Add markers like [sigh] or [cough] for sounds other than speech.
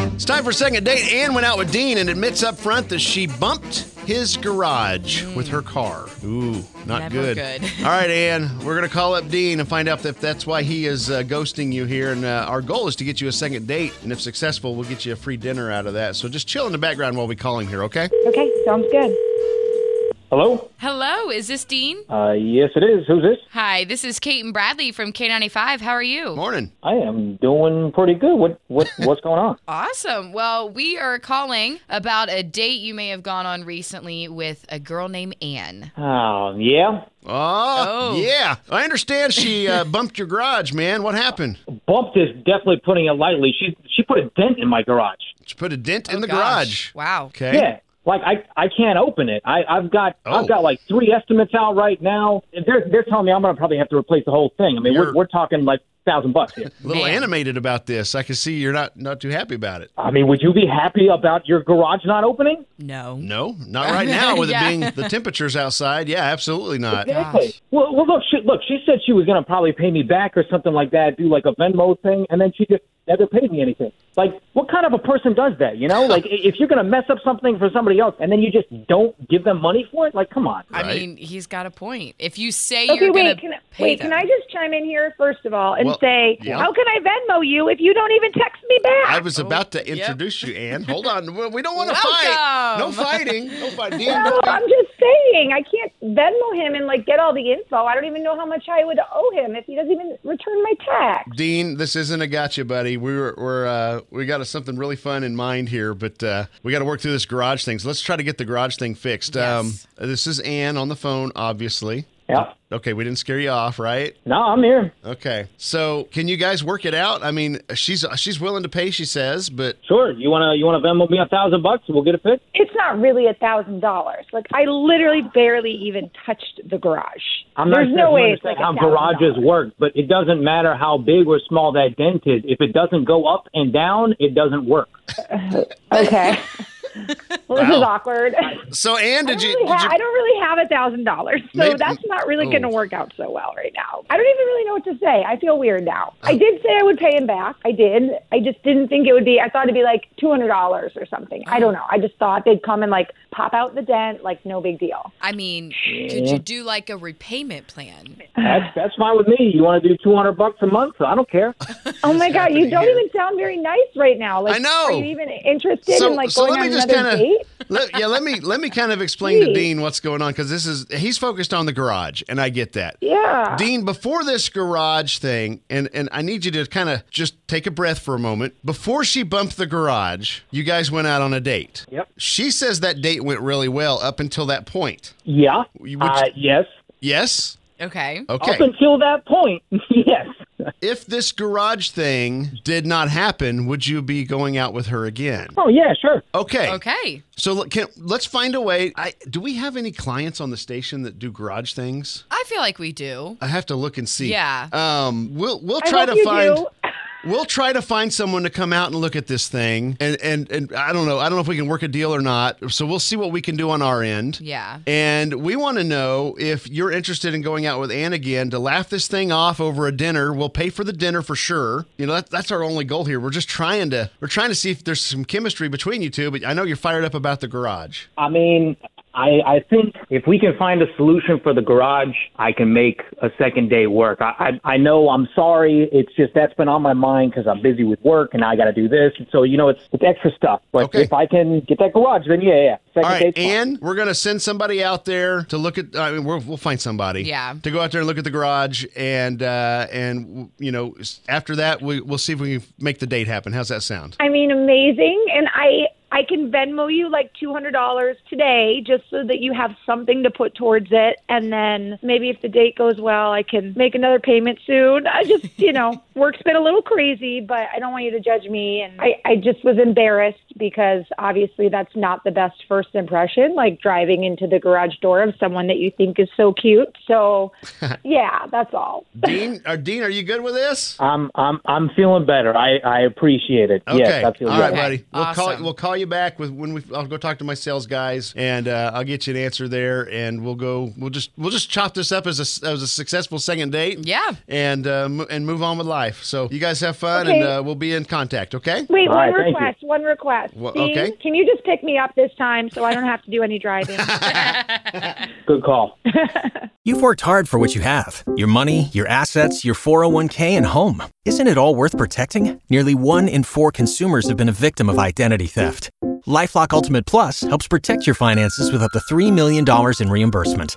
It's time for second date. Anne went out with Dean and admits up front that she bumped his garage with her car. Ooh, not Never good. [laughs] All right, Anne, we're going to call up Dean and find out if that's why he is uh, ghosting you here. And uh, our goal is to get you a second date. And if successful, we'll get you a free dinner out of that. So just chill in the background while we call him here, okay? Okay, sounds good. Hello? Hello, is this Dean? Uh, yes, it is. Who's this? Hi, this is Kate and Bradley from K95. How are you? Morning. I am doing pretty good. What [laughs] what what's going on? Awesome. Well, we are calling about a date you may have gone on recently with a girl named Anne. Oh, yeah. Oh, Oh. yeah. I understand she uh, [laughs] bumped your garage, man. What happened? Bumped is definitely putting it lightly. She she put a dent in my garage. She put a dent in Oh, the gosh. garage. Wow. Okay. Yeah. Like I, I can't open it. I, I've got Oh. I've got like three estimates out right now. And They're they're telling me I'm gonna probably have to replace the whole thing. I mean You're- we're we're talking like thousand bucks here. A little Man. animated about this. I can see you're not not too happy about it. I mean, would you be happy about your garage not opening? No. No, [laughs] not right now with Yeah. it being the temperatures outside. Yeah, absolutely not. Exactly. Well, well, look, she, look. She said she was going to probably pay me back or something like that, do like a Venmo thing, and then she just never paid me anything. Like, what kind of a person does that? You know, like i- if you're going to mess up something for somebody else and then you just don't give them money for it, like, come on. I Right. mean, he's got a point. If you say Okay, you're going wait, to can, pay wait, them. can I just chime in here first of all and Well, say, yeah. how can I Venmo you if you don't even text me back? I was about to introduce you, Anne. Hold on. We- We don't want to fight. No Welcome. fighting. [laughs] No fighting. no, I'm just saying, I can't Venmo him and like get all the info. I don't even know how much I would owe him if he doesn't even return my text. Dean, this isn't a gotcha, buddy. We were, we're uh, we got something really fun in mind here, but uh, we got to work through this garage thing. So let's try to get the garage thing fixed. Yes. Um, this is Anne on the phone, obviously. Yeah. Okay, we didn't scare you off, right? No, I'm here. Okay. So can you guys work it out? I mean, she's she's willing to pay, she says, but Sure. You wanna you wanna Venmo me a thousand bucks? We'll get it fixed. It's not really a thousand dollars. Like I literally barely even touched the garage. I'm There's not sure no if you way it's understand like how $1,000. garages work, but it doesn't matter how big or small that dent is. If it doesn't go up and down, it doesn't work. Okay. [laughs] well, this is Wow. awkward. [laughs] so Anne, I did you? don't, really did ha- you- I don't really have a thousand dollars, so Maybe- that's not really oh. going to work out so well right now. I don't even really know what to say. I feel weird now. I did say I would pay him back. I did. I just didn't think it would be. I thought it'd be like two hundred dollars or something. I don't know. I just thought they'd come and like pop out the dent, like no big deal. I mean, could you do like a repayment plan? That's that's fine with me. You want to do two hundred bucks a month? I don't care. Oh my god, you don't here? even sound very nice right now. Like, I know. Are you even interested in like going on another kinda- date? let, yeah, let me let me kind of explain to Please. Dean what's going on because this is he's focused on the garage, and I get that. Yeah. Dean, before this garage thing, and and I need you to kind of just take a breath for a moment. Before she bumped the garage, you guys went out on a date. Yep. She says that date went really well up until that point. Yeah. You- would Uh, you- yes. yes. Okay. Okay. Up until that point, [laughs] yes. if this garage thing did not happen, would you be going out with her again? Oh yeah, sure. Okay. Okay. So look, can, let's find a way. I, do we have any clients on the station that do garage things? I feel like we do. I have to look and see. Yeah. Um. We'll we'll I try hope to you find. do. [laughs] We'll try to find someone to come out and look at this thing, and and and I don't know. I don't know if we can work a deal or not. So we'll see what we can do on our end. Yeah. And we want to know if you're interested in going out with Ann again to laugh this thing off over a dinner. We'll pay for the dinner for sure. You know, that, that's our only goal here. We're just trying to we're trying to see if there's some chemistry between you two. But I know you're fired up about the garage. I mean, I I think if we can find a solution for the garage, I can make a second day work. I I, I know I'm sorry. It's just that's been on my mind because I'm busy with work and I got to do this. And so you know, it's it's extra stuff. But Okay. if I can get that garage, then yeah, yeah. Second All right, date's fine. and we're gonna send somebody out there to look at. I mean, we'll, we'll find somebody. Yeah. To go out there and look at the garage, and uh, and you know, s- after that, we we'll see if we can make the date happen. How's that sound? [laughs] I mean, amazing. And I I can Venmo you like two hundred dollars today, just so that you have something to put towards it. And then maybe if the date goes well, I can make another payment soon. I just [laughs] you know work's been a little crazy, but I don't want you to judge me. And I, I just was embarrassed because obviously that's not the best first impression, like driving into the garage door of someone that you think is so cute. So, yeah, that's all. Dean, uh, Dean, are you good with this? I'm I'm I'm feeling better. I I appreciate it. Okay. Yes, I feel All right, better. Okay. buddy. We'll call Awesome. we'll call you back with when we I'll go talk to my sales guys and uh, I'll get you an answer there and we'll go we'll just we'll just chop this up as a as a successful second date. Yeah. And uh, mo- and move on with life. So you guys have fun and Okay. uh, we'll be in contact, okay? Wait, All one right, thank you. request. One request. Wha- Dean, okay. can you just pick me up this time so I don't have to do [laughs] any driving? Good call. You've worked hard for what you have your money, your assets, your 401k, and home. Isn't it all worth protecting? Nearly one in four consumers have been a victim of identity theft. Lifelock Ultimate Plus helps protect your finances with up to $3 million in reimbursement.